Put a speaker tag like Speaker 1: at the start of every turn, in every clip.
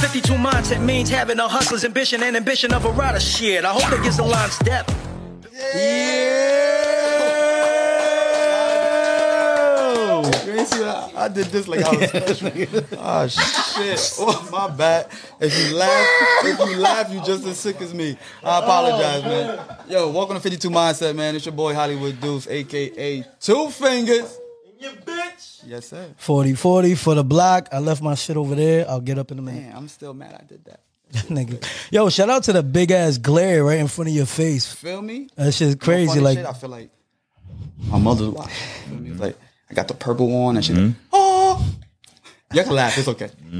Speaker 1: 52 mindset means having a hustler's ambition and ambition of a rider. Shit, I hope it gets a line step.
Speaker 2: Yeah. You ain't see that? I did this like I was special. Oh shit! Oh my bad. If you laugh, if you laugh, you just as sick as me. I apologize, man. Yo, welcome to 52 Mindset, man. It's your boy Hollywood Deuce, aka Two Fingers. Yes, sir.
Speaker 3: 40 40 for the block. I left my shit over there. I'll get up in a minute.
Speaker 2: Man, I'm still mad I did that.
Speaker 3: Nigga. Yo, shout out to the big ass glare right in front of your face.
Speaker 2: Feel me?
Speaker 3: That shit's
Speaker 2: Funny
Speaker 3: crazy. Like,
Speaker 2: shit, I feel like my mother's watch. Feel me? Like I got the purple on and shit.
Speaker 3: Mm-hmm.
Speaker 2: Oh, you can laugh. It's okay.
Speaker 3: my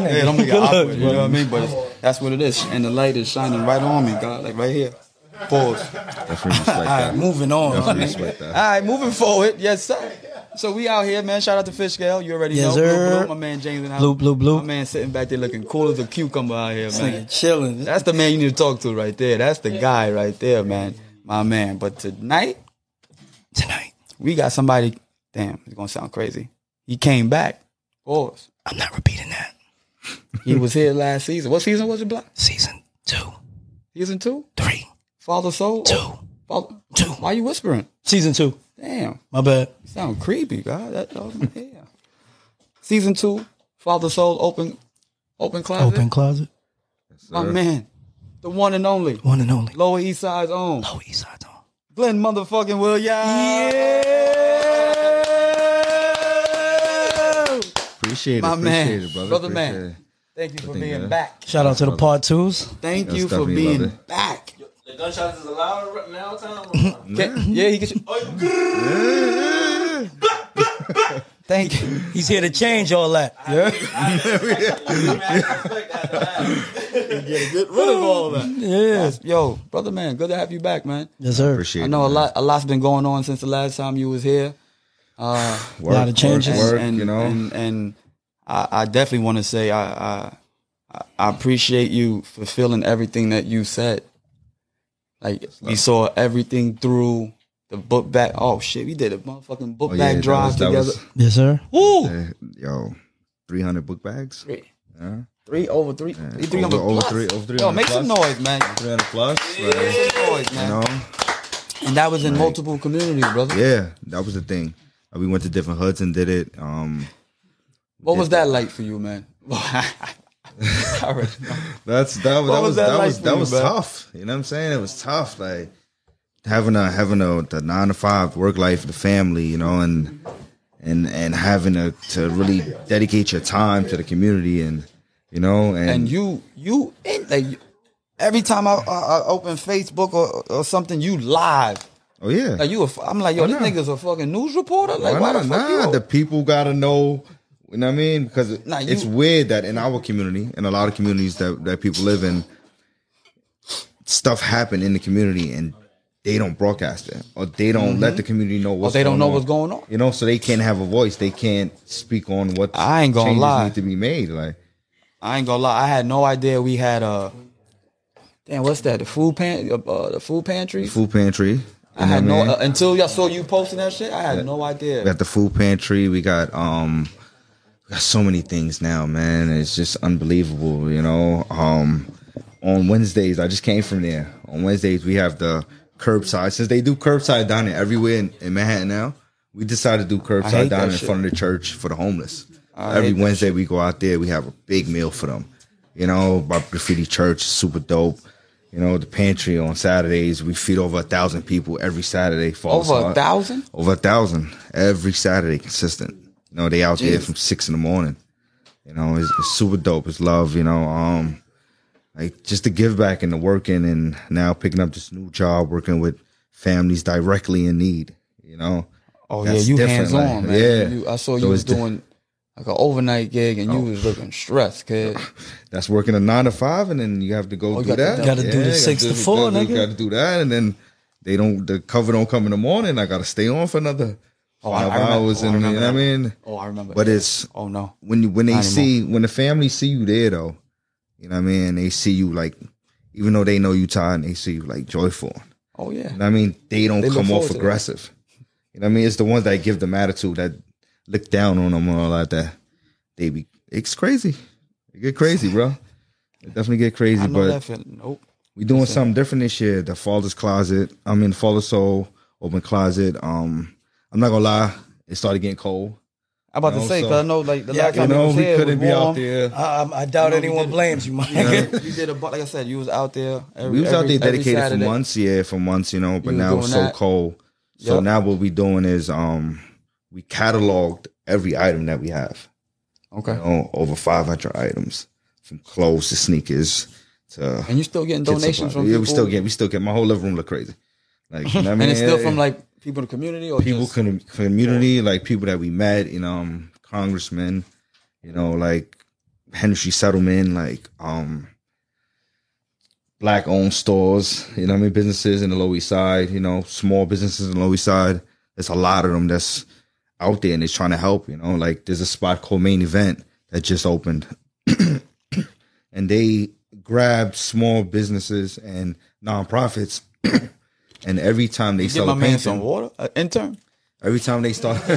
Speaker 3: nigga.
Speaker 2: Yeah, don't make it
Speaker 3: Good
Speaker 2: awkward.
Speaker 3: luck,
Speaker 2: You know
Speaker 3: bro.
Speaker 2: what I mean? But it's, that's what it is. And the light is shining right on me, God, like right here. Pause.
Speaker 4: Definitely respect that.
Speaker 3: Moving on.
Speaker 4: Definitely
Speaker 3: man.
Speaker 4: respect
Speaker 2: All
Speaker 4: that.
Speaker 2: right, moving forward. Yes, sir. So we out here, man. Shout out to Fish Gale. You already
Speaker 3: Yes,
Speaker 2: know. Blue,
Speaker 3: sir.
Speaker 2: Blue, my man James and I.
Speaker 3: Blue, blue, blue.
Speaker 2: My man sitting back there looking cool as a cucumber out here,
Speaker 3: This
Speaker 2: man.
Speaker 3: nigga chilling.
Speaker 2: That's the man you need to talk to right there. That's the guy right there, man. My man. But tonight,
Speaker 3: Tonight,
Speaker 2: we got somebody. Damn, it's gonna sound crazy. He came back. Pause.
Speaker 3: I'm not repeating that.
Speaker 2: He was here last season. What season was it, Black?
Speaker 3: Season two,
Speaker 2: Season two?
Speaker 3: three,
Speaker 2: Father Soul?
Speaker 3: two,
Speaker 2: Father-
Speaker 3: two.
Speaker 2: Why you whispering?
Speaker 3: Season two.
Speaker 2: Damn,
Speaker 3: My bad.
Speaker 2: you sound creepy, God. That, that was my yeah. Season two, Father Soul, open, open closet.
Speaker 3: Open closet.
Speaker 2: My man, the one and only,
Speaker 3: One and only.
Speaker 2: Lower East Side's own,
Speaker 3: Low East Side Zone.
Speaker 2: Glenn motherfucking Williams. Yeah.
Speaker 4: Appreciate it.
Speaker 2: My man.
Speaker 4: Appreciate it, brother.
Speaker 2: Brother
Speaker 4: Appreciate
Speaker 2: man.
Speaker 4: it.
Speaker 2: Thank you for
Speaker 4: Nothing
Speaker 2: being
Speaker 4: good.
Speaker 2: back.
Speaker 3: Shout out to the part twos.
Speaker 2: Thank
Speaker 4: That's
Speaker 2: you for
Speaker 4: definitely
Speaker 2: being
Speaker 4: love it.
Speaker 2: back.
Speaker 5: The gunshots is allowed right now, time. Oh,
Speaker 2: Can- yeah, he gets you. Thank you.
Speaker 3: He's here to change all that. Yeah.
Speaker 2: Get rid of all that.
Speaker 3: Yeah.
Speaker 2: Yo, brother man, good to have you back, man.
Speaker 3: Yes, sir.
Speaker 4: Appreciate
Speaker 2: I know
Speaker 4: it.
Speaker 2: a
Speaker 4: man.
Speaker 2: lot. A lot's been going on since the last time you was here.
Speaker 4: Work,
Speaker 3: lot of changes.
Speaker 4: Work, work,
Speaker 2: and,
Speaker 4: you know.
Speaker 2: and, and I, I definitely want to say I, I I appreciate you fulfilling everything that you said. Like we saw everything through the book back. Oh shit, we did a motherfucking book
Speaker 4: Oh, yeah,
Speaker 2: back
Speaker 4: that
Speaker 2: drive
Speaker 4: was- that
Speaker 2: together.
Speaker 4: was-
Speaker 3: Yes, sir.
Speaker 2: Woo,
Speaker 4: eh, yo, 300 book bags.
Speaker 2: Three-
Speaker 4: Yeah.
Speaker 2: three over three, three
Speaker 4: over,
Speaker 2: over,
Speaker 4: over
Speaker 2: plus.
Speaker 4: three, over 300
Speaker 2: Yo, make some
Speaker 4: plus.
Speaker 2: noise, man.
Speaker 4: 300 plus. like,
Speaker 2: Make some noise,
Speaker 4: you
Speaker 2: man.
Speaker 4: know.
Speaker 2: And that was in multiple communities, brother.
Speaker 4: Yeah, that was the thing. Uh, We went to different hoods and did it. Um,
Speaker 2: What was that like for you, man? Sorry.
Speaker 4: that's that was
Speaker 2: What was
Speaker 4: that was
Speaker 2: that
Speaker 4: that
Speaker 2: like
Speaker 4: was
Speaker 2: for
Speaker 4: that
Speaker 2: you,
Speaker 4: was
Speaker 2: bro?
Speaker 4: tough. You know what I'm saying? It was tough. Like having a having a the nine to five work life, the family, you know, and and and having to to really dedicate your time to the community and you know and,
Speaker 2: and you you in like you- every time I, I, I open Facebook or, or something, you live.
Speaker 4: oh yeah,
Speaker 2: Like you, a, f- I'm like yo, this
Speaker 4: Oh, nah.
Speaker 2: nigga's a fucking news reporter. Like why
Speaker 4: Why
Speaker 2: the
Speaker 4: not?
Speaker 2: fuck you?
Speaker 4: nah, the people gotta know. You know what I mean? Because it-
Speaker 2: Nah, you-
Speaker 4: it's weird that in our community and a lot of communities that, that people live in, stuff happen in the community and they don't broadcast it or they don't let the community know what's
Speaker 2: Mm-hmm. they don't
Speaker 4: going
Speaker 2: know
Speaker 4: on.
Speaker 2: what's going on.
Speaker 4: You know, so they can't have a voice. They can't speak on what
Speaker 2: I ain't gonna
Speaker 4: changes
Speaker 2: lie.
Speaker 4: need to be made. Like
Speaker 2: I ain't gonna lie, I had no idea we had a. Damn, what's that? The food pan, uh, uh, the food pantry.
Speaker 4: food pantry. You
Speaker 2: I
Speaker 4: know
Speaker 2: had
Speaker 4: what
Speaker 2: no
Speaker 4: mean?
Speaker 2: uh, until I saw you posting that shit. I had no idea.
Speaker 4: We got the food pantry. We got um, we got so many things now, man. It's just unbelievable, you know. Um, on Wednesdays, I just came from there. On Wednesdays, we have the curbside. Since they do curbside dining everywhere in, in Manhattan now, we decided to do
Speaker 2: hate
Speaker 4: curbside
Speaker 2: that
Speaker 4: dining in
Speaker 2: shit.
Speaker 4: front of the church for the homeless.
Speaker 2: I
Speaker 4: Every
Speaker 2: hate that
Speaker 4: Wednesday, we go out there. We have a big meal for them. You know, by graffiti church, super dope. You know, the pantry on Saturdays, we feed over a thousand people every Saturday. for all
Speaker 2: Over a
Speaker 4: side-
Speaker 2: thousand?
Speaker 4: over a thousand every Saturday, consistent. You know, they out there
Speaker 2: Jeez.
Speaker 4: from six in the morning. You know, it's, it's super dope. It's love. You know, um, like just to give back and the working, and now picking up this new job, working with families directly in need. You know,
Speaker 2: Oh
Speaker 4: That's
Speaker 2: yeah, you
Speaker 4: different,
Speaker 2: hands on,
Speaker 4: like,
Speaker 2: man.
Speaker 4: yeah.
Speaker 2: You- I saw you
Speaker 4: So
Speaker 2: was
Speaker 4: it's di- Oh.
Speaker 2: doing like an overnight gig, and you was looking stressed, kid.
Speaker 4: that's working a nine to five, and then you have to go
Speaker 2: Oh, you
Speaker 4: do
Speaker 2: got to
Speaker 4: that.
Speaker 2: do-
Speaker 3: Gotta do the six to four,
Speaker 4: Got
Speaker 3: nigga.
Speaker 4: to do that, and then they don't. The cover don't come in the morning. I got to stay on for another
Speaker 2: I
Speaker 4: five
Speaker 2: remember-
Speaker 4: hours,
Speaker 2: oh, I
Speaker 4: and you know
Speaker 2: remember
Speaker 4: what I
Speaker 2: that.
Speaker 4: mean.
Speaker 2: Oh, I remember.
Speaker 4: But
Speaker 2: that.
Speaker 4: it's
Speaker 2: oh no,
Speaker 4: when you when they
Speaker 2: Not anymore.
Speaker 4: see when the family see you there though, you know what I mean. They see you like, even though they know you tired, they see you like joyful.
Speaker 2: oh yeah.
Speaker 4: You know what I mean. They don't
Speaker 2: They look
Speaker 4: come
Speaker 2: forward
Speaker 4: off
Speaker 2: to that.
Speaker 4: aggressive. You know what I mean. It's the ones that give them attitude that look down on them and all like that. They be it's crazy. It get crazy, bro. It definitely get crazy,
Speaker 2: I know
Speaker 4: but
Speaker 2: that feeling. Nope.
Speaker 4: we doing something different this year. The Father's Closet. I mean, Father Soul Open Closet. Um, I'm not gonna lie. It started getting cold.
Speaker 2: I'm about to
Speaker 4: No,
Speaker 2: say
Speaker 4: so-
Speaker 2: because I know like the
Speaker 3: Yeah,
Speaker 2: last
Speaker 4: You
Speaker 2: time we
Speaker 4: know,
Speaker 2: was
Speaker 4: we
Speaker 2: here, it
Speaker 4: couldn't
Speaker 2: was
Speaker 4: be out
Speaker 2: warm.
Speaker 4: there.
Speaker 3: I, um, I doubt
Speaker 2: No, we
Speaker 3: anyone
Speaker 2: didn't.
Speaker 3: blames you, my
Speaker 2: Yeah,
Speaker 3: nigga.
Speaker 2: you did a bu- like I said, you was out there. Every,
Speaker 4: we was out
Speaker 2: every-
Speaker 4: there
Speaker 2: every
Speaker 4: dedicated
Speaker 2: Saturday.
Speaker 4: for months, yeah, for months, you know. But
Speaker 2: You
Speaker 4: now
Speaker 2: was
Speaker 4: it's so
Speaker 2: doing that.
Speaker 4: cold. So
Speaker 2: Yup.
Speaker 4: now what we doing is um we cataloged every item that we have.
Speaker 2: Okay,
Speaker 4: You know, over 500 items from clothes to sneakers to
Speaker 2: and you still getting
Speaker 4: kids'
Speaker 2: donations
Speaker 4: supplies.
Speaker 2: from
Speaker 4: yeah.
Speaker 2: people.
Speaker 4: We still get we still get my whole living room look crazy. Like you know what I mean?
Speaker 2: and it's still
Speaker 4: Yeah,
Speaker 2: from
Speaker 4: yeah.
Speaker 2: like people in the community or
Speaker 4: people
Speaker 2: just,
Speaker 4: com- community like people that we met you know um, congressmen you know like henry settlement like um black owned stores you know what i mean businesses in the lower east side you know small businesses in the lower east side there's a lot of them that's out there and they're trying to help you know like there's a spot called main event that just opened and they grabbed small businesses and nonprofits and every time they
Speaker 2: Get
Speaker 4: sell
Speaker 2: my
Speaker 4: a
Speaker 2: man
Speaker 4: painting
Speaker 2: some water. Uh, intern.
Speaker 4: Every time they start,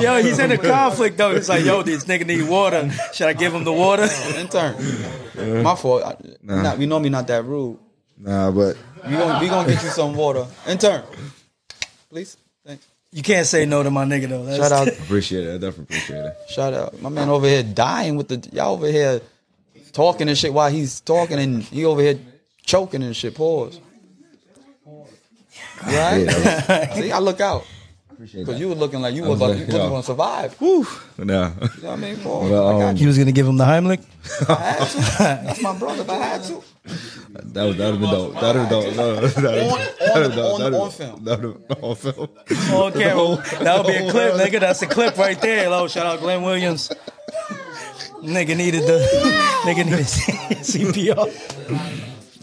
Speaker 3: Yo, he's in a conflict though. It's like, yo, this nigga need water. Should I give him the water?
Speaker 2: Intern. My fault. I, not, we normally not that rude.
Speaker 4: nah, but
Speaker 2: We gonna we gonna get you some water. Intern. Please. Thanks.
Speaker 3: You can't say no to my nigga though. That's,
Speaker 2: Shout out.
Speaker 4: appreciate it. I definitely appreciate it.
Speaker 2: Shout out. My man over here dying with the y'all over here talking and shit while he's talking and he over here choking and shit. Pause. Right?
Speaker 4: Yeah,
Speaker 2: See, I look out.
Speaker 4: appreciate
Speaker 2: Because
Speaker 4: that.
Speaker 2: you were looking like you
Speaker 4: I
Speaker 2: were
Speaker 4: was
Speaker 2: about
Speaker 4: like,
Speaker 2: you wasn't
Speaker 4: yo.
Speaker 2: gonna survive. You
Speaker 4: Woo, nah.
Speaker 2: know what I mean? Pause.
Speaker 4: Well,
Speaker 2: I got
Speaker 4: um,
Speaker 2: you
Speaker 3: He was gonna give him the Heimlich.
Speaker 2: if I had to. That's my brother if I had to.
Speaker 4: That would that would have been dope. That would have been dope. No, that would have been dope.
Speaker 2: on-
Speaker 4: That
Speaker 2: on
Speaker 4: would've
Speaker 2: film.
Speaker 4: been dope. That would've been on film.
Speaker 3: on camera. That'll be a clip,
Speaker 4: whole-
Speaker 3: nigga. That's a clip right there. Hello, shout out Glenn Williams. nigga needed the nigga needed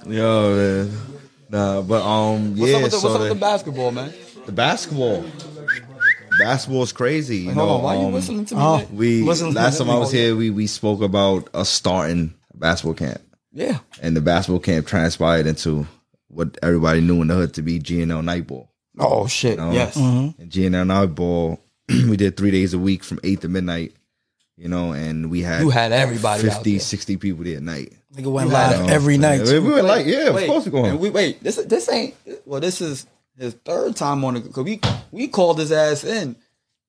Speaker 3: CPR.
Speaker 4: Yo, man. Nah, but um,
Speaker 2: What's
Speaker 4: yeah.
Speaker 2: up with the,
Speaker 4: so
Speaker 2: what's up with
Speaker 4: the,
Speaker 2: the basketball, man?
Speaker 4: the basketball, basketball's crazy. You know,
Speaker 2: Hold on, why you
Speaker 4: um,
Speaker 2: listening to me?
Speaker 3: oh.
Speaker 2: like-
Speaker 4: We
Speaker 3: Listen-
Speaker 4: last time I was here, we we spoke about us starting a basketball camp.
Speaker 2: Yeah.
Speaker 4: and the basketball camp transpired into what everybody knew in the hood to be GNL Nightball.
Speaker 2: Oh shit.
Speaker 4: you know?
Speaker 2: Yes.
Speaker 4: And GNL Nightball, we did three days a week from eight to midnight, you know, and we had
Speaker 2: You had everybody out
Speaker 4: 50,
Speaker 2: there.
Speaker 4: 60 people there at night.
Speaker 3: Nigga went
Speaker 2: You lied.
Speaker 3: live every night.
Speaker 4: We were like, yeah,
Speaker 2: Wait,
Speaker 4: of course we're going.
Speaker 2: and we wait. This this ain't well. This is his third time on the because we we called his ass in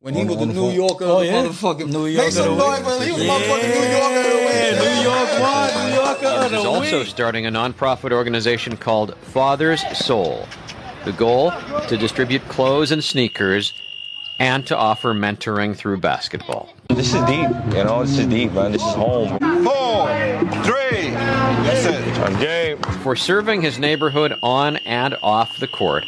Speaker 2: when he
Speaker 4: On-
Speaker 2: was the
Speaker 4: on the
Speaker 2: New
Speaker 4: phone.
Speaker 2: Yorker.
Speaker 3: Oh, yeah.
Speaker 2: motherfucking
Speaker 3: New
Speaker 2: Make
Speaker 3: Yorker
Speaker 2: some
Speaker 3: of the
Speaker 2: noise,
Speaker 3: week.
Speaker 2: man. He was
Speaker 3: Yeah.
Speaker 2: motherfucking New Yorker. of the week.
Speaker 3: Yeah, New York won, New Yorker of
Speaker 6: is
Speaker 3: the
Speaker 6: also
Speaker 3: week.
Speaker 6: starting a nonprofit organization called Father's Soul. The goal to distribute clothes and sneakers and to offer mentoring through basketball.
Speaker 7: This is deep, you know, this is deep, man. This is home.
Speaker 8: four, three. That's it.
Speaker 7: I'm game.
Speaker 6: For serving his neighborhood on and off the court,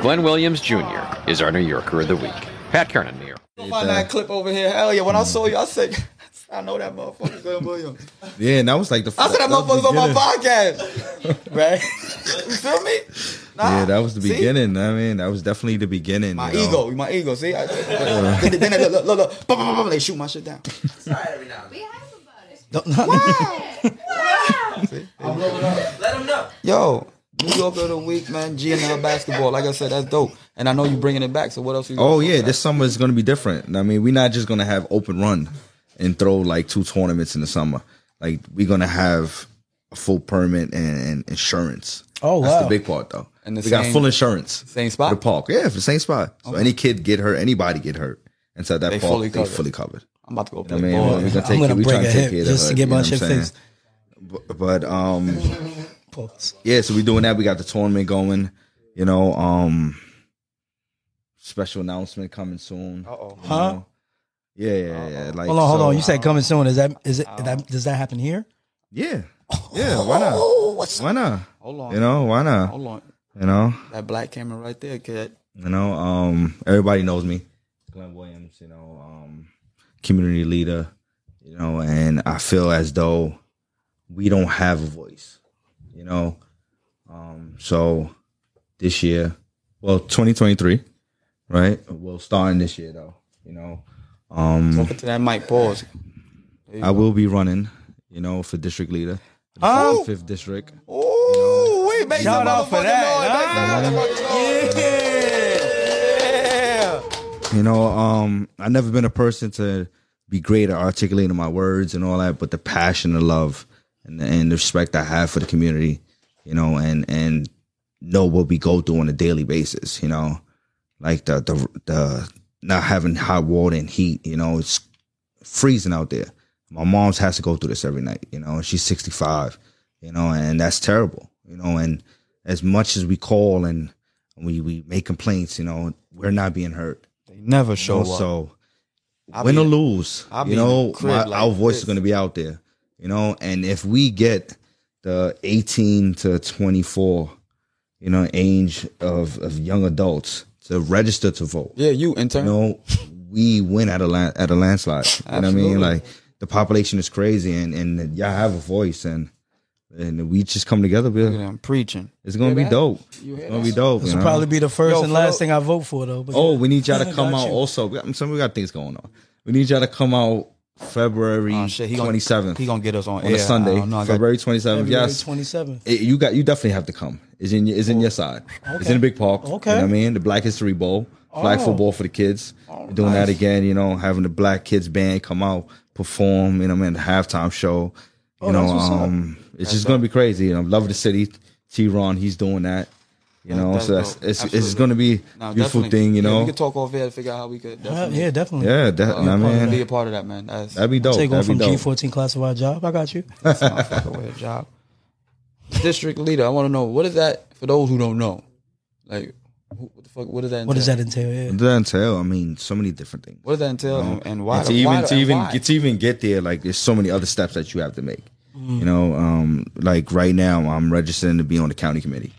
Speaker 6: Glenn Williams Jr. is our New Yorker of the Week. Pat Kernan, New York.
Speaker 2: Go Find that clip over here. Hell yeah! When I saw you, I said. I know that motherfucker Glenn Williams.
Speaker 4: yeah, and that was like the.
Speaker 2: I said that
Speaker 4: was the
Speaker 2: motherfucker's on my
Speaker 4: beginning.
Speaker 2: podcast. Right? you feel me? Nah.
Speaker 4: Yeah, that was the
Speaker 2: See?
Speaker 4: beginning. I mean, that was definitely the beginning.
Speaker 2: My
Speaker 4: you know?
Speaker 2: ego, my ego. See, I, then, then they look, look, look, look, bum, bum, bum, they shoot my shit down.
Speaker 5: Let him know.
Speaker 2: Yo, New York of the week, man. GNL basketball. Like I said, that's dope. And I know you bringing it back. So what else? You
Speaker 4: Oh yeah, this summer is going to be different. I mean, we're not just going to have open run and throw like two tournaments in the summer. Like we're going to have a full permit and, and insurance.
Speaker 3: Oh,
Speaker 4: that's
Speaker 3: wow.
Speaker 4: the big part though.
Speaker 2: And
Speaker 4: And
Speaker 2: the
Speaker 4: we got
Speaker 2: same-
Speaker 4: full insurance.
Speaker 2: same spot?
Speaker 4: for the park. Yeah, for the same spot. So any kid get hurt, anybody get hurt inside that
Speaker 2: They
Speaker 4: park,
Speaker 2: fully
Speaker 4: they
Speaker 2: covered.
Speaker 4: fully covered.
Speaker 2: I'm about to go
Speaker 4: I
Speaker 2: play
Speaker 4: mean,
Speaker 2: ball.
Speaker 4: we're gonna
Speaker 3: I'm
Speaker 4: take
Speaker 3: gonna
Speaker 4: we tryna
Speaker 3: break a
Speaker 4: take
Speaker 3: hip
Speaker 4: care of the
Speaker 3: just to
Speaker 4: hood,
Speaker 3: get
Speaker 4: you
Speaker 3: my
Speaker 4: know what I'm
Speaker 3: shit
Speaker 4: saying?
Speaker 3: fixed.
Speaker 4: But, but um,
Speaker 3: Pause.
Speaker 4: yeah, so we're doing that. We got the tournament going. You know, um, special announcement coming soon.
Speaker 2: Uh-oh.
Speaker 4: You
Speaker 3: Huh?
Speaker 4: know? Yeah, yeah, yeah. Like,
Speaker 3: Hold on, hold
Speaker 4: so-
Speaker 3: on. You said coming soon. Is that is it that does that happen here?
Speaker 4: yeah, yeah. Why
Speaker 3: Oh,
Speaker 4: not? Why not?
Speaker 2: Hold on.
Speaker 4: You know, why not?
Speaker 2: Hold on.
Speaker 4: You know,
Speaker 2: That black camera right there, kid.
Speaker 4: you know. Um, everybody knows me, Glenn Williams. You know, um, community leader. You know, and I feel as though we don't have a voice. You know, um, so this year, well, 2023, right? Well, starting this year though. You know, um,
Speaker 2: Talking to that mic. Pause.
Speaker 4: I will be running, you know, for district leader.
Speaker 3: Oh.
Speaker 4: Fifth district.
Speaker 2: Ooh, we make
Speaker 3: Shout
Speaker 2: some
Speaker 3: out for
Speaker 2: motherfucking
Speaker 3: that,
Speaker 2: noise. Make some motherfucking noise.
Speaker 3: Yeah.
Speaker 4: You know, um, I've never been a person to be great at articulating my words and all that, but the passion, the love, and the, and the respect I have for the community, you know, and and know what we go through on a daily basis, you know, like the the the not having hot water and heat, you know, it's freezing out there. My mom's has to go through this every night, you know, and she's 65, you know, and that's terrible, you know, and as much as we call and we, we make complaints, you know, we're not being heard.
Speaker 2: They never
Speaker 4: You know,
Speaker 2: show up.
Speaker 4: so
Speaker 2: I
Speaker 4: win
Speaker 2: be-
Speaker 4: or lose,
Speaker 2: I be
Speaker 4: you
Speaker 2: in
Speaker 4: know,
Speaker 2: the crib
Speaker 4: my-
Speaker 2: like
Speaker 4: our voice is
Speaker 2: this.
Speaker 4: going to be out there, you know, and if we get the 18 to 24, you know, age of, of young adults to register to vote,
Speaker 2: Yeah, you intern.
Speaker 4: you know, we win at a lan- at a landslide. You know what I
Speaker 2: Absolutely.
Speaker 4: mean? Like the population is crazy, and and y'all have a voice, and and we just come together.
Speaker 2: Look at
Speaker 4: Bill.
Speaker 2: him preaching.
Speaker 4: It's gonna be dope. It's gonna be dope.
Speaker 3: This
Speaker 4: you
Speaker 3: will
Speaker 4: know?
Speaker 3: probably be the first
Speaker 2: Yo,
Speaker 3: and
Speaker 2: for
Speaker 3: last
Speaker 2: the-
Speaker 3: thing I vote for, though. because-
Speaker 4: Oh, we need y'all to come
Speaker 3: Got
Speaker 4: out.
Speaker 3: you.
Speaker 4: Also, we got, some we got things going on. We need y'all to come out February
Speaker 2: Oh, shit, he gonna-
Speaker 4: twenty seventh
Speaker 2: He gonna get us on,
Speaker 4: on
Speaker 2: air.
Speaker 4: a Sunday.
Speaker 2: I don't know, I got-
Speaker 4: February twenty seventh.
Speaker 3: February
Speaker 4: Yes,
Speaker 3: 27th.
Speaker 4: It- you got you definitely have to come. It's in it's in your side. It's in a big park.
Speaker 3: Okay.
Speaker 4: you know what I mean the Black History Bowl, flag
Speaker 3: Oh.
Speaker 4: football for the kids. We're doing that again, you know, having the black kids band come out perform. You know, man, the halftime show. You know,
Speaker 3: Oh, that's what's up.
Speaker 4: um, it's just gonna be crazy. And I love the city. T. Ron, he's doing that. You know,
Speaker 2: that's
Speaker 4: so that's,
Speaker 2: dope.
Speaker 4: it's it's
Speaker 2: Absolutely.
Speaker 4: gonna be
Speaker 2: Nah,
Speaker 4: a beautiful
Speaker 2: definitely.
Speaker 4: thing. You
Speaker 2: Yeah,
Speaker 4: know,
Speaker 2: we could talk off air to figure out how we could.
Speaker 3: Uh,
Speaker 2: Definitely,
Speaker 3: yeah, definitely.
Speaker 4: yeah,
Speaker 2: uh,
Speaker 4: that, I
Speaker 2: probably be
Speaker 4: mean,
Speaker 2: a part of that, man. That's,
Speaker 4: that'd be dope.
Speaker 3: Take one
Speaker 4: That'd
Speaker 3: from
Speaker 4: be dope.
Speaker 3: G14 classified job. I got you.
Speaker 2: that's not a fucking weird job. District leader, I want to know what is that for those who don't know. Like, who, what the fuck? What does that? Entail?
Speaker 3: What does that entail? Yeah.
Speaker 4: It doesn't tell. I mean, so many different things.
Speaker 2: What does that entail? and, and why?
Speaker 4: And to
Speaker 2: the-
Speaker 4: even
Speaker 2: why the-
Speaker 4: to even
Speaker 2: why?
Speaker 4: get to even get there, like there's so many other steps that you have to make.
Speaker 2: Mm.
Speaker 4: You know, um, like right now I'm registering to be on the county committee.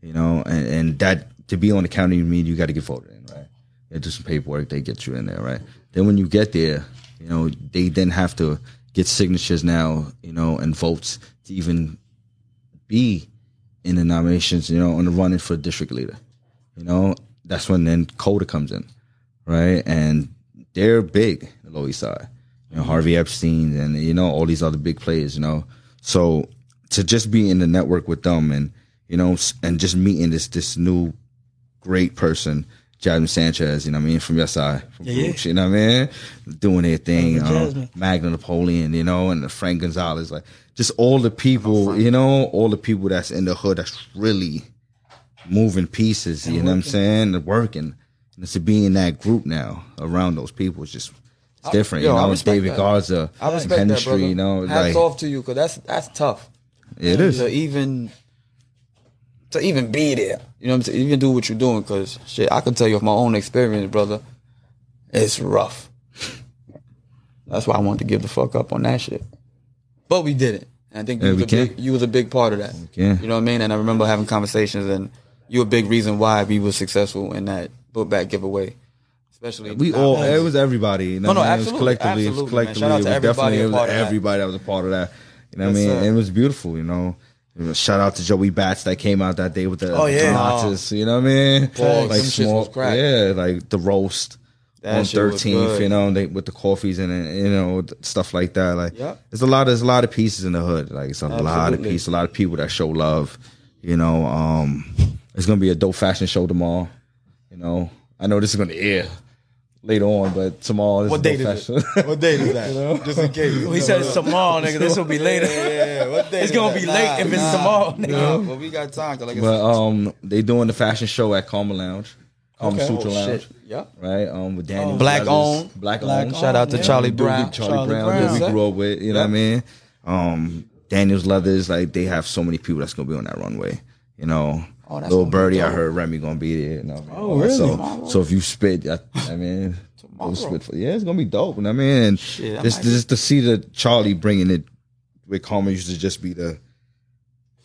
Speaker 4: You know, and, and that to be on the county committee, you got to get voted in, right? They do some paperwork, they get you in there, right? Then when you get there, you know, they then have to get signatures now, you know, and votes to even be in the nominations, you know, on the running for district leader. You know, that's when then Coda comes in, right? And they're big, the Lower East Side. You know, Harvey Epstein and you know, all these other big players, you know. So to just be in the network with them and you know, s- and just meeting this this new great person, Jasmine Sanchez, you know what I mean, from your side, from
Speaker 3: yeah.
Speaker 4: Brooks, you know what I mean? Doing their thing,
Speaker 3: Look at
Speaker 4: um,
Speaker 3: Jasmine.
Speaker 4: Magna Napoleon, you know, and the Frank Gonzalez, like just all the people, you know, all the people that's in the hood that's really moving pieces, you know what I'm saying? And working. And to be in that group now around those people is just it's different.
Speaker 2: yo,
Speaker 4: you
Speaker 2: I
Speaker 4: know,
Speaker 2: respect
Speaker 4: David
Speaker 2: that.
Speaker 4: Garza,
Speaker 2: I respect that,
Speaker 4: Henry,
Speaker 2: brother.
Speaker 4: you know,
Speaker 2: hats
Speaker 4: like
Speaker 2: off to you because that's that's tough.
Speaker 4: it
Speaker 2: to
Speaker 4: is.
Speaker 2: even to even be there. You know what I'm saying? Even do what you're doing, cause shit, I can tell you of my own experience, brother. It's rough. That's why I wanted to give the fuck up on that shit. But we did it. And I think you,
Speaker 4: Yeah,
Speaker 2: was,
Speaker 4: we
Speaker 2: a big,
Speaker 4: can.
Speaker 2: you was a big part of that.
Speaker 4: can.
Speaker 2: You know what I mean? And I remember having conversations, and you a big reason why we were successful in that book back giveaway. Especially
Speaker 4: We all it was everybody. You know
Speaker 2: No,
Speaker 4: what
Speaker 2: no,
Speaker 4: I mean? it was
Speaker 2: absolutely,
Speaker 4: collectively, it was
Speaker 2: absolutely, man.
Speaker 4: collectively,
Speaker 2: Shout out
Speaker 4: it was
Speaker 2: to everybody
Speaker 4: definitely
Speaker 2: a part
Speaker 4: it was
Speaker 2: of that.
Speaker 4: everybody that was a part of that. You know what
Speaker 2: Yes,
Speaker 4: I mean?
Speaker 2: sir.
Speaker 4: It was beautiful, you know. You know, Shout out to Joey Bats that came out that day with the
Speaker 3: Oh, yeah.
Speaker 4: Nazis, you know what I mean?
Speaker 2: Pause, them shits was crack.
Speaker 4: yeah, like the roast
Speaker 2: That
Speaker 4: on
Speaker 2: shit was
Speaker 4: thirteenth,
Speaker 2: good.
Speaker 4: you know, they, with the coffees and uh, you know th- stuff like that. Like,
Speaker 2: Yep.
Speaker 4: there's a lot, there's a lot of pieces in the hood. Like, it's a lot of
Speaker 2: Absolutely.
Speaker 4: pieces, a lot of people that show love. You know, um, it's gonna be a dope fashion show tomorrow. You know, I know this is gonna air later on, but tomorrow this
Speaker 2: What
Speaker 4: is
Speaker 2: date
Speaker 4: dope
Speaker 2: is
Speaker 4: fashion.
Speaker 2: what day is that? Just in case.
Speaker 3: He said it's tomorrow, nigga. This will be later. It's gonna be late if it's tomorrow, nigga.
Speaker 2: but we got time. 'cause Like I
Speaker 4: but
Speaker 2: said,
Speaker 4: um, they doing the fashion show at Karma Lounge, Karma
Speaker 3: Okay.
Speaker 2: Oh,
Speaker 4: Sutra Lounge,
Speaker 2: yeah.
Speaker 4: right? Um, with Daniel
Speaker 2: Black
Speaker 4: Brothers,
Speaker 2: owned.
Speaker 4: Black,
Speaker 3: Black
Speaker 4: owned.
Speaker 3: owned.
Speaker 2: Shout out to
Speaker 3: Yeah.
Speaker 2: Charlie
Speaker 4: Dude,
Speaker 2: Brown.
Speaker 4: Charlie,
Speaker 3: Charlie
Speaker 4: Brown,
Speaker 3: Brown.
Speaker 4: that we
Speaker 2: Yes,
Speaker 4: grew up with. You know
Speaker 2: Yep.
Speaker 4: what I mean? Um, Daniel's Leathers, like they have so many people that's gonna be on that runway. You know,
Speaker 2: Oh, that's
Speaker 4: little
Speaker 2: gonna be
Speaker 4: Birdie, I
Speaker 2: dope.
Speaker 4: heard Remy gonna be there. You know,
Speaker 3: Oh, really?
Speaker 4: So,
Speaker 2: Tomorrow?
Speaker 4: so if you spit, I, I mean,
Speaker 2: Tomorrow.
Speaker 4: we'll spit for- yeah, it's gonna be dope. You know what I mean? And
Speaker 2: Shit, I
Speaker 4: this,
Speaker 2: might-
Speaker 4: this to see the Charlie bringing it. Where Karma used to just be the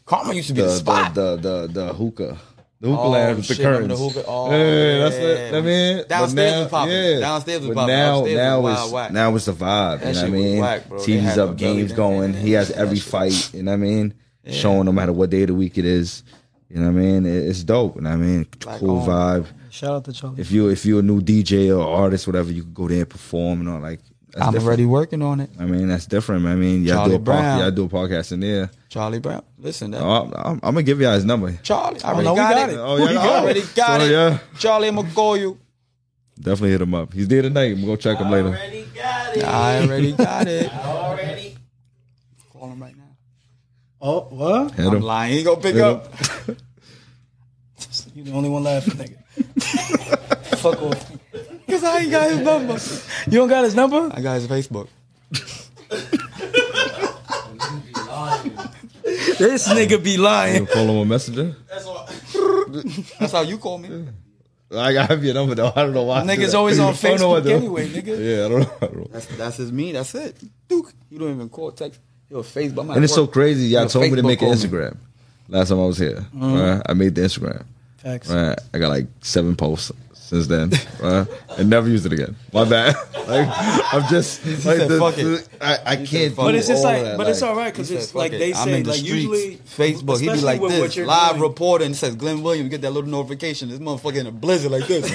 Speaker 2: Karma used to be
Speaker 4: the
Speaker 2: the, spot.
Speaker 4: the the the, the hookah. The hookah
Speaker 2: Oh,
Speaker 4: lounge with the
Speaker 2: shit, remember the
Speaker 4: curtains.
Speaker 2: hookah? Oh,
Speaker 4: yeah, that's
Speaker 2: yeah.
Speaker 4: it. I mean, but
Speaker 2: Downstairs
Speaker 4: now-
Speaker 2: was popping.
Speaker 4: Yeah.
Speaker 2: Downstairs was
Speaker 4: But
Speaker 2: popping.
Speaker 4: Now,
Speaker 2: Upstairs
Speaker 4: now
Speaker 2: was
Speaker 4: it's
Speaker 2: wild whack.
Speaker 4: now it's the vibe.
Speaker 2: That
Speaker 4: you
Speaker 2: shit
Speaker 4: know what I
Speaker 2: was
Speaker 4: mean?
Speaker 2: whack, bro. They
Speaker 4: TV's
Speaker 2: had
Speaker 4: up,
Speaker 2: the
Speaker 4: games
Speaker 2: belly
Speaker 4: going.
Speaker 2: dance.
Speaker 4: He has every
Speaker 2: That shit
Speaker 4: fight. You know what I mean? Showing no matter what day of the week it is. You know what I mean? It- It's dope. You know what I mean? Cool
Speaker 2: on.
Speaker 4: vibe.
Speaker 3: Shout out to Charlie.
Speaker 4: If you if you're a new DJ or artist, whatever, you can go there and perform and all like. That's
Speaker 2: I'm
Speaker 4: different.
Speaker 2: already working on it.
Speaker 4: I mean, that's different. man. I mean, y'all
Speaker 2: Charlie
Speaker 4: do a
Speaker 2: Brown.
Speaker 4: podcast. Y'all do a podcast in there.
Speaker 2: Charlie Brown. Listen, that,
Speaker 4: I'm, I'm, I'm gonna give y'all his number.
Speaker 2: Charlie. I already
Speaker 3: no, we
Speaker 2: got,
Speaker 3: got
Speaker 2: it.
Speaker 3: it.
Speaker 4: Oh, yeah,
Speaker 2: We
Speaker 4: no.
Speaker 2: already got
Speaker 4: So,
Speaker 2: it.
Speaker 4: yeah.
Speaker 2: Charlie, I'm gonna call you.
Speaker 4: Definitely hit him up. He's there tonight. I'm gonna go check him later.
Speaker 5: Already got
Speaker 2: I already got it.
Speaker 5: Already.
Speaker 2: Call him right now.
Speaker 3: Oh, what?
Speaker 4: Hit
Speaker 2: I'm
Speaker 4: him.
Speaker 2: lying. He gonna pick
Speaker 4: Hit
Speaker 2: up.
Speaker 4: him.
Speaker 3: You the only one laughing, nigga. Fuck off.
Speaker 2: Cause I ain't got his number.
Speaker 3: You don't got his number?
Speaker 2: I got his Facebook.
Speaker 3: This nigga be lying.
Speaker 4: You call him a messenger.
Speaker 2: That's how you call me.
Speaker 4: I have your number though. I don't know why. I do
Speaker 3: Niggas
Speaker 4: that.
Speaker 3: always on
Speaker 4: I don't know why I
Speaker 3: Facebook
Speaker 4: do.
Speaker 3: anyway, nigga.
Speaker 4: Yeah, I don't know. I don't know.
Speaker 2: That's that's his me. That's it. Duke. You don't even call text. Your Facebook. I'm at
Speaker 4: And it's so
Speaker 2: work.
Speaker 4: crazy. Y'all
Speaker 2: Your
Speaker 4: told me to
Speaker 2: Facebook
Speaker 4: make an
Speaker 2: called me.
Speaker 4: Instagram. Last time I was here,
Speaker 3: Uh-huh.
Speaker 4: right? I made the Instagram.
Speaker 3: Facts.
Speaker 4: Right? I got like seven posts since then, right? and never used it again. My bad. like I'm just like
Speaker 2: said,
Speaker 4: the,
Speaker 2: "Fuck it."
Speaker 4: I, I
Speaker 2: "Fuck
Speaker 4: can't. do
Speaker 2: it."
Speaker 3: But it's just
Speaker 4: all
Speaker 3: like,
Speaker 4: that,
Speaker 3: but it's all right because
Speaker 2: He
Speaker 3: it's
Speaker 2: said,
Speaker 3: like
Speaker 2: "Fuck
Speaker 3: they
Speaker 2: it, I'm
Speaker 3: say,
Speaker 2: in the
Speaker 3: like
Speaker 2: streets."
Speaker 3: usually
Speaker 2: Facebook. He be
Speaker 3: especially
Speaker 2: like
Speaker 3: with what
Speaker 2: this
Speaker 3: you're
Speaker 2: live
Speaker 3: doing.
Speaker 2: reporting. It says Glenn Williams. Get that little notification. This motherfucker in a blizzard like this.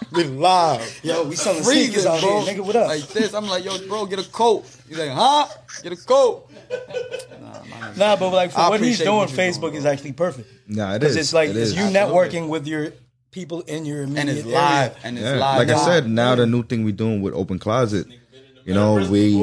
Speaker 2: we live.
Speaker 3: Yo, we selling sneakers
Speaker 2: Freezing,
Speaker 3: out
Speaker 2: bro.
Speaker 3: here, nigga. What up?
Speaker 2: Like this. I'm like, yo, bro, get a coat. He's like, huh? Get a coat.
Speaker 3: nah, but like for
Speaker 2: I
Speaker 3: what he's
Speaker 2: appreciate
Speaker 3: doing,
Speaker 2: what you're
Speaker 3: Facebook
Speaker 2: doing,
Speaker 3: is
Speaker 2: bro.
Speaker 3: actually perfect
Speaker 4: Nah, it
Speaker 3: because
Speaker 4: is.
Speaker 3: it's like
Speaker 4: It
Speaker 3: it's
Speaker 4: is.
Speaker 3: you networking with your people in your immediate
Speaker 2: And it's
Speaker 3: area.
Speaker 2: live. And it's
Speaker 4: Yeah.
Speaker 2: live.
Speaker 4: Like I
Speaker 2: now.
Speaker 4: said, now the new thing we doing with Open Closet, you know, we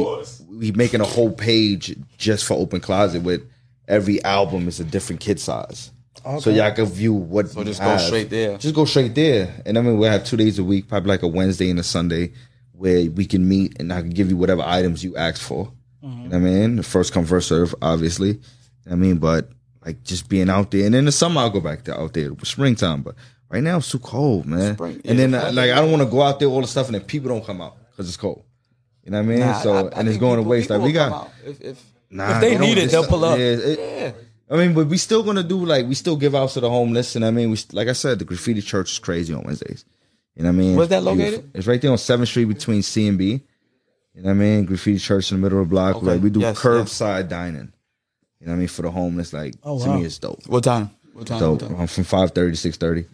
Speaker 4: we making a whole page just for Open Closet with every album is a different kid size. So y'all can view what. So
Speaker 2: just go straight there.
Speaker 4: Just go straight there, and I mean we will have two days a week, probably like a Wednesday and a Sunday, where we can meet, and I can give you whatever items you asked for. You
Speaker 2: Mm-hmm.
Speaker 4: know what I mean, first come first serve, obviously. I mean, but like just being out there, and in the summer I'll go back to out there, springtime. But right now it's too cold, man.
Speaker 2: Spring,
Speaker 4: and
Speaker 2: yeah.
Speaker 4: then uh, like I don't want to go out there all the stuff, and then people don't come out because it's cold. You know what I mean?
Speaker 2: Nah, I-
Speaker 4: so
Speaker 2: I- I
Speaker 4: and it's
Speaker 2: think
Speaker 4: going to
Speaker 2: people-
Speaker 4: waste. Like
Speaker 2: people
Speaker 4: we
Speaker 2: will come
Speaker 4: got
Speaker 2: out If, if,
Speaker 4: nah,
Speaker 3: they
Speaker 4: don't-
Speaker 3: need it, they'll pull up.
Speaker 4: Yeah, it- I mean, but we still gonna do like we still give out to the homeless, and I mean, we like I said, the graffiti church is crazy on Wednesdays. You know what I mean?
Speaker 2: Where's that
Speaker 4: It's beautiful.
Speaker 2: located?
Speaker 4: It's right there on Seventh Street between C and B. You know what I mean? Graffiti church in the middle of the block.
Speaker 2: Okay.
Speaker 4: Like we do
Speaker 2: Yes,
Speaker 4: curbside dining. You know what I mean? For the homeless, like
Speaker 3: Oh,
Speaker 4: to
Speaker 3: wow.
Speaker 4: me, it's dope.
Speaker 2: what time? What time?
Speaker 4: So
Speaker 2: what time?
Speaker 4: um, from five thirty to six thirty,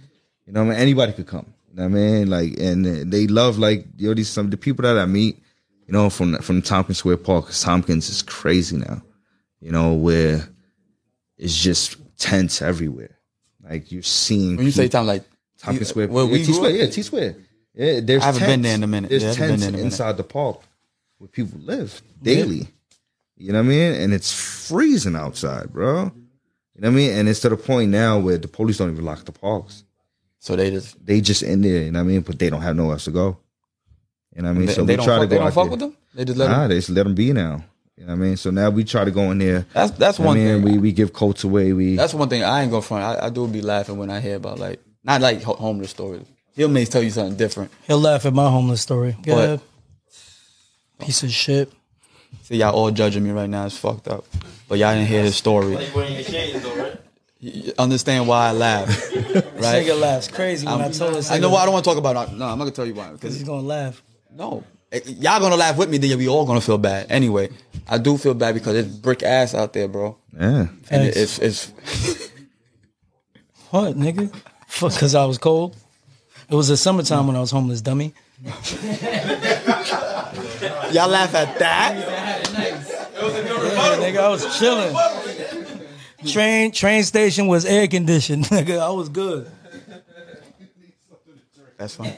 Speaker 4: you know, what I mean, anybody could come. You know what I mean, like, and they love like you know these some of the people that I meet, you know, from from Tompkins Square Park. 'cause Tompkins is crazy now, you know, where it's just tents everywhere. Like you're seeing
Speaker 2: When you say
Speaker 4: people-
Speaker 2: time, like
Speaker 4: Tompkins Square,
Speaker 2: Where
Speaker 4: yeah,
Speaker 2: we
Speaker 4: T
Speaker 2: grew up?
Speaker 4: Square, yeah, T Square, yeah. There's
Speaker 2: I haven't been
Speaker 4: tents.
Speaker 2: there in a minute.
Speaker 4: There's
Speaker 2: Yeah, I haven't been
Speaker 4: tents
Speaker 2: there in a minute.
Speaker 4: inside the park where people live daily. You know what I mean? And it's freezing outside, bro. You know what I mean? And it's to the point now where the police don't even lock the parks.
Speaker 2: so they just
Speaker 4: They just in there, you know what I mean? But they don't have nowhere else to go. You know what I mean?
Speaker 2: they,
Speaker 4: so
Speaker 2: they
Speaker 4: we
Speaker 2: don't
Speaker 4: try
Speaker 2: fuck,
Speaker 4: to go
Speaker 2: they don't
Speaker 4: out
Speaker 2: fuck
Speaker 4: there.
Speaker 2: with them. They just let
Speaker 4: Nah,
Speaker 2: them.
Speaker 4: they just let them be now. You know what I mean? So now we try to go in there.
Speaker 2: That's that's
Speaker 4: You know what
Speaker 2: one
Speaker 4: I mean,
Speaker 2: thing.
Speaker 4: we we give coats away. We
Speaker 2: That's one thing I ain't gonna front. I, I do be laughing when I hear about like not like ho- homeless stories. He'll may tell you something different.
Speaker 3: He'll laugh at my homeless story. Go
Speaker 2: What?
Speaker 3: ahead. Piece of shit.
Speaker 2: See y'all all judging me right now. It's fucked up. But y'all didn't hear his story.
Speaker 5: Like wearing your shades though, right?
Speaker 2: You understand why I laugh,
Speaker 3: Nigga
Speaker 2: right?
Speaker 3: laughs crazy when i told this.
Speaker 2: I know
Speaker 3: nigga
Speaker 2: why I don't want to talk about it. No, I'm not gonna tell you why.
Speaker 3: He's
Speaker 2: Because
Speaker 3: gonna laugh.
Speaker 2: no, Eh, y'all gonna laugh with me. Then we all gonna feel bad. Anyway, I do feel bad because it's brick ass out there, bro.
Speaker 4: yeah.
Speaker 2: And
Speaker 3: Thanks.
Speaker 2: it's it's
Speaker 3: What, nigga? Fuck, because I was cold. It was the summertime when I was homeless, dummy.
Speaker 2: y'all laugh at that.
Speaker 3: Yeah, nigga, I was chilling. Train train station was air conditioned, nigga. I was good.
Speaker 2: That's fine.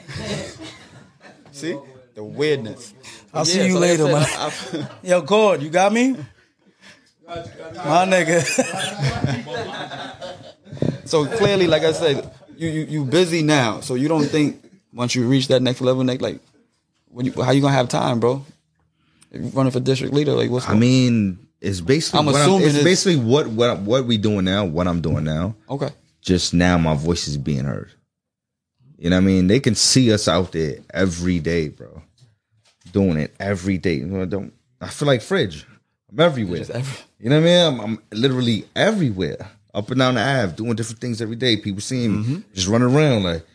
Speaker 2: See the weirdness.
Speaker 3: I'll see
Speaker 2: Yeah,
Speaker 3: you
Speaker 2: so like I
Speaker 3: later, man.
Speaker 2: said, I- I-
Speaker 3: Yo, Cord, you got me? My nigga.
Speaker 2: So clearly, like I said, you, you you busy now, so you don't think once you reach that next level, like, like when you, how you gonna have time, bro? If you're running for district leader, like what's
Speaker 4: I mean, it's basically
Speaker 2: I'm
Speaker 4: what
Speaker 2: assuming
Speaker 4: it's
Speaker 2: it's-
Speaker 4: basically what what what we doing now, what I'm doing now.
Speaker 2: okay,
Speaker 4: Just now, my voice is being heard. You know what I mean? They can see us out there every day, bro. Doing it every day. You know, I don't I feel like fridge. I'm everywhere.
Speaker 2: Just every-
Speaker 4: you know what I mean? I'm, I'm literally everywhere, up and down the Ave, doing different things every day. People seeing me, just running around like,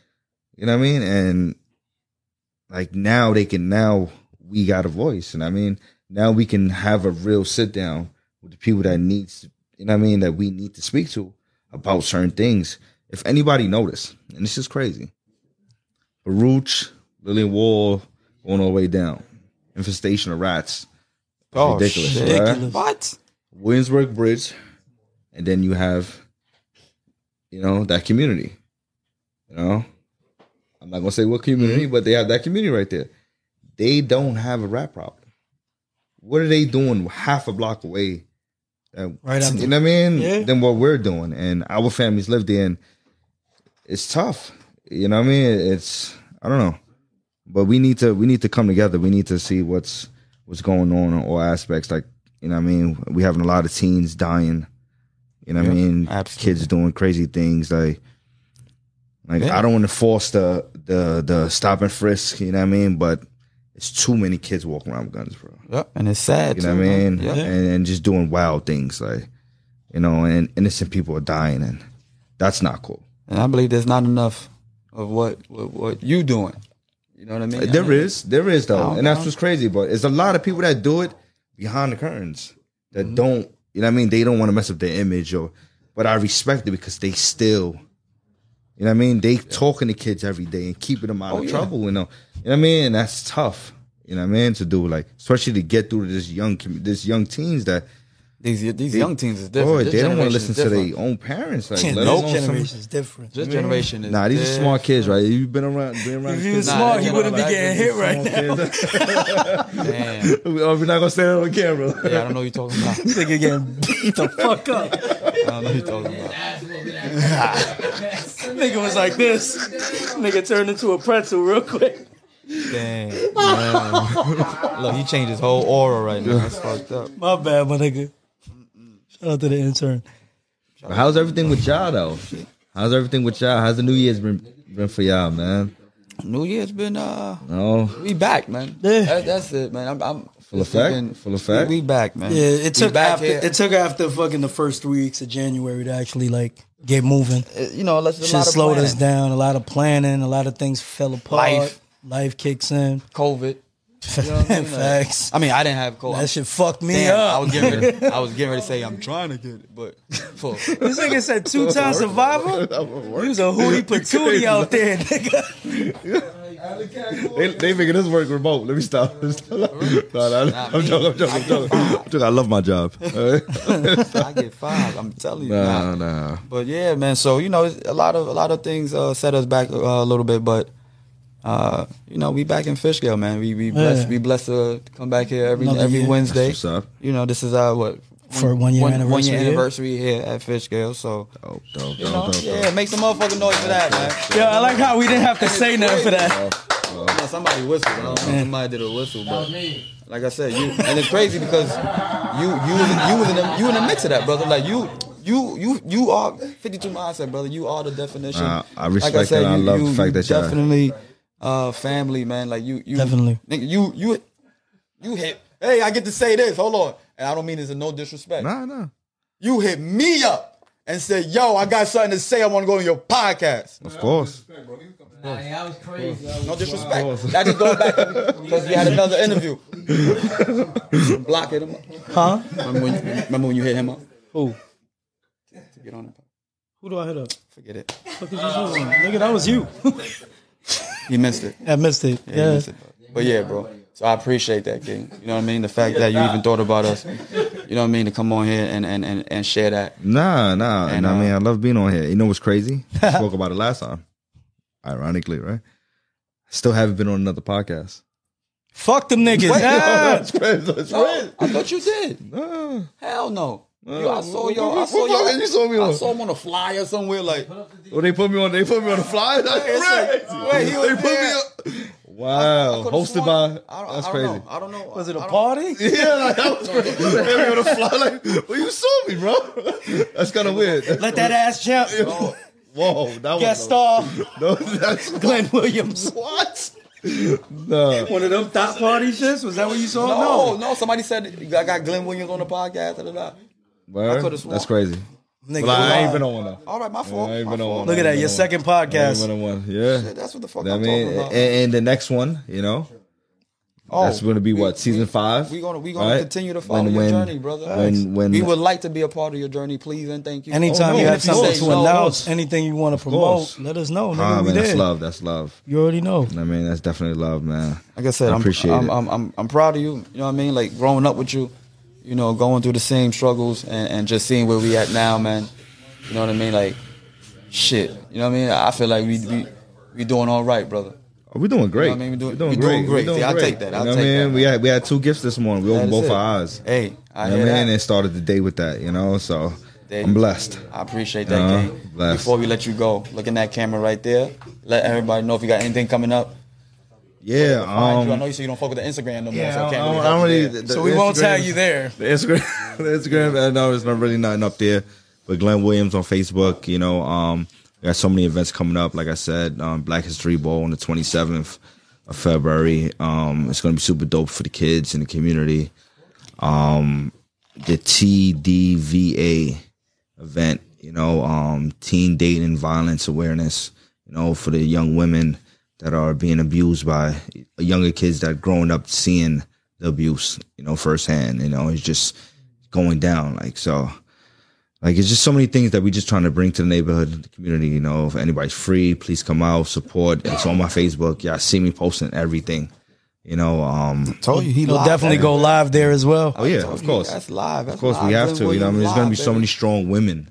Speaker 4: you know what I mean? And like now they can now we got a voice and i mean now we can have a real sit down with the people that needs you know what i mean that we need to speak to about certain things if anybody noticed and this is crazy Baruch, Lillian Wall, going all the way down. Infestation of rats.
Speaker 2: oh
Speaker 4: Ridiculous.
Speaker 2: shit.
Speaker 4: Ridiculous.
Speaker 2: What?
Speaker 4: Williamsburg Bridge. And then you have, you know, that community. You know? I'm not gonna say what community, but they have that community right there. They don't have a rap problem. What are they doing half a block away? Uh,
Speaker 3: Right up
Speaker 4: you know what I mean?
Speaker 3: Yeah.
Speaker 4: Than what we're doing, and our families live there, and it's tough. You know what I mean? It's I don't know, but we need to we need to come together. We need to see what's what's going on in all aspects. Like you know what I mean? We having a lot of teens dying. You know what I mean?
Speaker 2: absolutely.
Speaker 4: Kids doing crazy things like like I don't want to force the the the stop and frisk, you know what I mean? But it's too many kids walking around with guns, bro.
Speaker 2: Yep. And it's sad.
Speaker 4: You know
Speaker 2: too,
Speaker 4: what I
Speaker 2: man.
Speaker 4: mean? And and just doing wild things like you know, and innocent people are dying and that's not cool.
Speaker 2: And I believe there's not enough of what what, what you doing. You know what I mean?
Speaker 4: There is, there is though,
Speaker 2: don't
Speaker 4: and that's
Speaker 2: know.
Speaker 4: what's crazy. But it's a lot of people that do it behind the curtains that don't. You know what I mean? They don't want to mess up their image, or but I respect it because they still. You know what I mean? They talking to kids every day and keeping them out of trouble. You know, you know what I mean? And that's tough. You know what I mean? To do like, especially to get through to this young, com- this young teens that
Speaker 2: These these
Speaker 4: they-
Speaker 2: young teens is different.
Speaker 4: Boy,
Speaker 2: This
Speaker 4: they don't want to
Speaker 2: generation is
Speaker 4: listen to
Speaker 2: different.
Speaker 4: their own parents. Like, let
Speaker 3: This
Speaker 4: alone some-
Speaker 3: generation is different.
Speaker 2: This generation is
Speaker 4: Nah, these are
Speaker 2: different.
Speaker 4: smart kids, right? You've been around, been around.
Speaker 3: If
Speaker 4: kids
Speaker 3: he was
Speaker 2: Nah,
Speaker 3: smart,
Speaker 2: they
Speaker 3: he wouldn't be
Speaker 2: wanna-
Speaker 3: getting hit right now.
Speaker 2: Damn.
Speaker 4: oh, we're not gonna stand on camera.
Speaker 2: Yeah, I don't know what you're talking about.
Speaker 3: Nigga getting beat the fuck up.
Speaker 2: I don't know what you're talking about.
Speaker 3: Nigga was like this. Nigga turned into a pretzel real quick.
Speaker 2: Damn. man. Look, he changed his whole aura right now. That's fucked up.
Speaker 3: My bad, my nigga. Shout out to the intern.
Speaker 4: How's everything with y'all though? How's everything with y'all? How's the New Year's been been for y'all, man?
Speaker 2: New Year's been uh
Speaker 4: No,
Speaker 2: we back, man.
Speaker 3: Yeah.
Speaker 2: That, that's it, man. I'm, I'm
Speaker 4: Full
Speaker 2: it's
Speaker 4: effect?
Speaker 2: been-
Speaker 4: Full effect?
Speaker 2: We, we back, man.
Speaker 3: Yeah, it
Speaker 2: We
Speaker 3: took
Speaker 2: back
Speaker 3: after
Speaker 2: here.
Speaker 3: it took after fucking the first three weeks of January to actually like get moving.
Speaker 2: It- Uh, you know, let's a
Speaker 3: Shit
Speaker 2: lot of
Speaker 3: slowed us
Speaker 2: planning.
Speaker 3: down. A lot of planning. A lot of things fell apart.
Speaker 2: Life.
Speaker 3: Life kicks in.
Speaker 2: COVID.
Speaker 3: Facts.
Speaker 2: I mean, I didn't have COVID.
Speaker 3: That shit fucked me
Speaker 2: Damn,
Speaker 3: up.
Speaker 2: I was getting ready. I was getting ready to say I'm trying to get it, but full.
Speaker 3: This nigga said two time survivor. He was a hootie patootie out there, nigga.
Speaker 4: they, they making this work remote. Let me stop. Let me stop. Nah, nah, I'm joking. I'm joking. I'm joking. I'm joking. I love my job.
Speaker 2: I get five. I'm telling you. Nah.
Speaker 4: nah, nah.
Speaker 2: But yeah, man. So you know, it's- a lot of a lot of things uh, set us back uh, a little bit, but uh, you know, we back in Fishkill, man. We we blessed
Speaker 3: Yeah.
Speaker 2: we blessed to come back here every
Speaker 3: Another
Speaker 2: every
Speaker 3: year.
Speaker 2: Wednesday.
Speaker 4: That's what's up.
Speaker 2: You know, this is uh what
Speaker 3: For one year
Speaker 2: one year
Speaker 3: anniversary, yeah.
Speaker 2: anniversary here at Fishkill. So
Speaker 4: Dope, dope, dope,
Speaker 2: you know,
Speaker 4: dope, dope.
Speaker 2: yeah, make some motherfucking noise for that, man.
Speaker 3: Yo, I like how we didn't have to say nothing for that.
Speaker 2: You know, somebody whistled. I don't know. Somebody did a whistle, but like I said, you and it's crazy because you you was- you was in the, you in the mix of that, brother. Like you. You you you are 52 mindset, brother. You are the definition.
Speaker 4: Nah, I respect and I love the fact that y'all-
Speaker 2: definitely uh, family, man. Like you, you
Speaker 3: Definitely.
Speaker 2: nigga, you you you hit. Hey, I get to say this. Hold on, and I don't mean this in no disrespect.
Speaker 4: Nah, nah.
Speaker 2: You hit me up and said, "Yo, I got something to say. I want to go on your podcast."
Speaker 4: Of course.
Speaker 2: No disrespect. I just go back because you had another interview. Block hit him up.
Speaker 3: Huh?
Speaker 2: Remember when, you, remember when you hit him up?
Speaker 3: Who?
Speaker 2: To get on it.
Speaker 3: Who do I hit up?
Speaker 2: Forget it.
Speaker 3: Fuck is you doing? Nigga, that was you.
Speaker 2: He missed it.
Speaker 3: I missed it.
Speaker 2: He
Speaker 3: Yeah.
Speaker 2: missed it. But yeah, bro. So I appreciate that, King. You know what I mean? The fact that you even thought about us. You know what I mean? To come on here and and, and, and share that.
Speaker 4: Nah, nah. And,
Speaker 2: And,
Speaker 4: I mean,
Speaker 2: uh,
Speaker 4: I love being on here. You know what's crazy? I spoke about it last time. Ironically, right? Still haven't been on another podcast. Oh,
Speaker 3: Fuck them niggas. Ah!
Speaker 4: That's crazy. That's
Speaker 2: Oh,
Speaker 4: crazy.
Speaker 2: I thought you did.
Speaker 4: Nah.
Speaker 2: Hell no. You, I saw your. I
Speaker 4: What
Speaker 2: saw
Speaker 4: fucking
Speaker 2: your.
Speaker 4: you saw me
Speaker 2: I
Speaker 4: on?
Speaker 2: saw him on a flyer somewhere. Like
Speaker 4: Oh, they put me on. They put me on the fly. That's
Speaker 2: it's
Speaker 4: crazy.
Speaker 2: like, wait, he was
Speaker 4: they put me
Speaker 2: there.
Speaker 4: on. Wow,
Speaker 2: could've
Speaker 4: hosted
Speaker 2: sworn- I
Speaker 4: by.
Speaker 2: don't,
Speaker 4: That's
Speaker 2: I don't
Speaker 4: crazy.
Speaker 2: Know. I don't know.
Speaker 3: Was it
Speaker 2: a
Speaker 3: a party?
Speaker 4: Yeah, like, that was crazy. They had me on the fly. Like, well, you saw me, bro. That's kind of weird.
Speaker 3: Let that ass jump.
Speaker 4: Whoa, that was
Speaker 3: Guest star
Speaker 4: No, that's
Speaker 3: Glenn Williams.
Speaker 4: what? No.
Speaker 3: One of them top party shits? Was that what you saw?
Speaker 2: No, no. Somebody said I got Glenn Williams on the podcast. Da, da, da.
Speaker 4: Word?
Speaker 2: could've sworn.
Speaker 4: That's crazy.
Speaker 3: Nigga,
Speaker 4: Well, I ain't
Speaker 3: lie.
Speaker 4: been on one though.
Speaker 2: All right, my fault.
Speaker 4: Yeah, I ain't
Speaker 2: my
Speaker 4: been on
Speaker 2: fault.
Speaker 4: one.
Speaker 3: Look at that.
Speaker 4: I
Speaker 3: Your
Speaker 4: ain't
Speaker 3: second
Speaker 4: I ain't been
Speaker 3: podcast.
Speaker 4: on one. Yeah.
Speaker 2: That's what the fuck
Speaker 4: I
Speaker 2: I'm
Speaker 4: mean,
Speaker 2: talking about.
Speaker 4: and, and the next one, you know,
Speaker 2: oh,
Speaker 4: that's going to be what season five.
Speaker 2: We gonna we gonna
Speaker 4: right?
Speaker 2: continue to follow
Speaker 4: When-
Speaker 2: your
Speaker 4: when-
Speaker 2: journey, brother.
Speaker 4: When when
Speaker 2: we would like to be a part of your journey, please and thank you.
Speaker 3: Anytime
Speaker 4: Oh,
Speaker 3: you
Speaker 4: no,
Speaker 3: have
Speaker 4: if you
Speaker 3: something
Speaker 4: say
Speaker 3: to
Speaker 4: so,
Speaker 3: announce, anything you want to
Speaker 4: course.
Speaker 3: promote, let us know. Nigga,
Speaker 4: Ah,
Speaker 3: we
Speaker 4: man, that's
Speaker 3: there.
Speaker 4: love. That's love.
Speaker 3: You already know.
Speaker 4: I mean, that's definitely love, man.
Speaker 2: like I said, I'm,
Speaker 4: appreciate
Speaker 2: I'm,
Speaker 4: it.
Speaker 2: I'm, I'm I'm proud of you. You know what I mean? Like growing up with you, you know, going through the same struggles and, and just seeing where we at now, man. You know what I mean? Like shit. You know what I mean? I feel like we we we doing all right, brother.
Speaker 4: We're Oh, doing great.
Speaker 2: what I mean? We doing-
Speaker 4: We're
Speaker 2: we doing great. See, I'll take that. I'll
Speaker 4: you know what
Speaker 2: take
Speaker 4: I mean?
Speaker 2: that.
Speaker 4: We had we had two gifts this morning. We opened
Speaker 2: That is
Speaker 4: both
Speaker 2: it.
Speaker 4: our eyes.
Speaker 2: Hey, I
Speaker 4: you know
Speaker 2: hear
Speaker 4: what I mean?
Speaker 2: that.
Speaker 4: And started the day with that, you know. So
Speaker 2: There
Speaker 4: I'm
Speaker 2: you-
Speaker 4: blessed.
Speaker 2: I appreciate that,
Speaker 4: Uh-huh.
Speaker 2: King.
Speaker 4: Bless.
Speaker 2: Before we let you go, look in that camera right there. Let everybody know if you got anything coming up.
Speaker 4: Yeah.
Speaker 2: Mind you, I know
Speaker 4: Um,
Speaker 2: you say you don't fuck with the Instagram no more,
Speaker 4: yeah,
Speaker 2: so I
Speaker 4: I
Speaker 2: can't
Speaker 4: don't-
Speaker 2: really
Speaker 4: I
Speaker 2: help
Speaker 4: don't
Speaker 2: you
Speaker 4: really-
Speaker 2: there.
Speaker 4: the-
Speaker 3: So we
Speaker 4: the
Speaker 3: won't tell
Speaker 4: Instagram-
Speaker 3: you there.
Speaker 4: The Instagram, the Instagram. uh, No, there's not really nothing up there. But Glenn Williams on Facebook. You know, um, we got so many events coming up. Like I said, um, Black History Bowl on the 27th of February. Um, it's gonna be super dope for the kids and the community. Um, the TDVA event. You know, um, teen dating and violence awareness. You know, for the young women that are being abused by younger kids that growing up seeing the abuse, you know, firsthand. You know, it's just going down. Like so, like it's just so many things that we just trying to bring to the neighborhood, the community. You know, if anybody's free, please come out, support. It's on my Facebook. Y'all see me posting everything. You know, um,
Speaker 2: Told you he
Speaker 3: We'll
Speaker 2: live,
Speaker 3: definitely
Speaker 2: baby.
Speaker 3: go live there as well.
Speaker 4: oh yeah,
Speaker 2: Told
Speaker 4: of
Speaker 2: you,
Speaker 4: course,
Speaker 2: That's live.
Speaker 4: of course we have to. You know, I mean, there's gonna be so many
Speaker 2: Sh-
Speaker 4: strong women,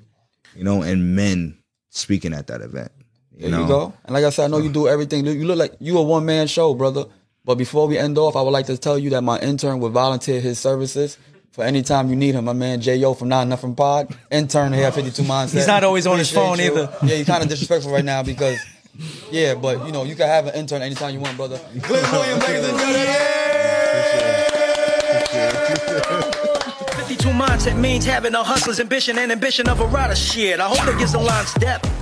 Speaker 4: you know, and men speaking at that event. You
Speaker 2: there
Speaker 4: know,
Speaker 2: you go. And like I said, I know you do everything. You look like you a one man show, brother. But before we end off, I would like to tell you that my intern would volunteer his services for any time you need him. My man J.O. from Not Nothing Pod, intern here at 52 Mindset.
Speaker 3: He's not always on his phone
Speaker 2: Appreciate you.
Speaker 3: either.
Speaker 2: Yeah, you're kind of disrespectful right now because, yeah, but you know, you can have an intern anytime you want, brother. Glenn Williams, ladies and gentlemen.
Speaker 1: 52 mindset means having a hustler's ambition and ambition of a rider shit. I hope it gives the lines depth.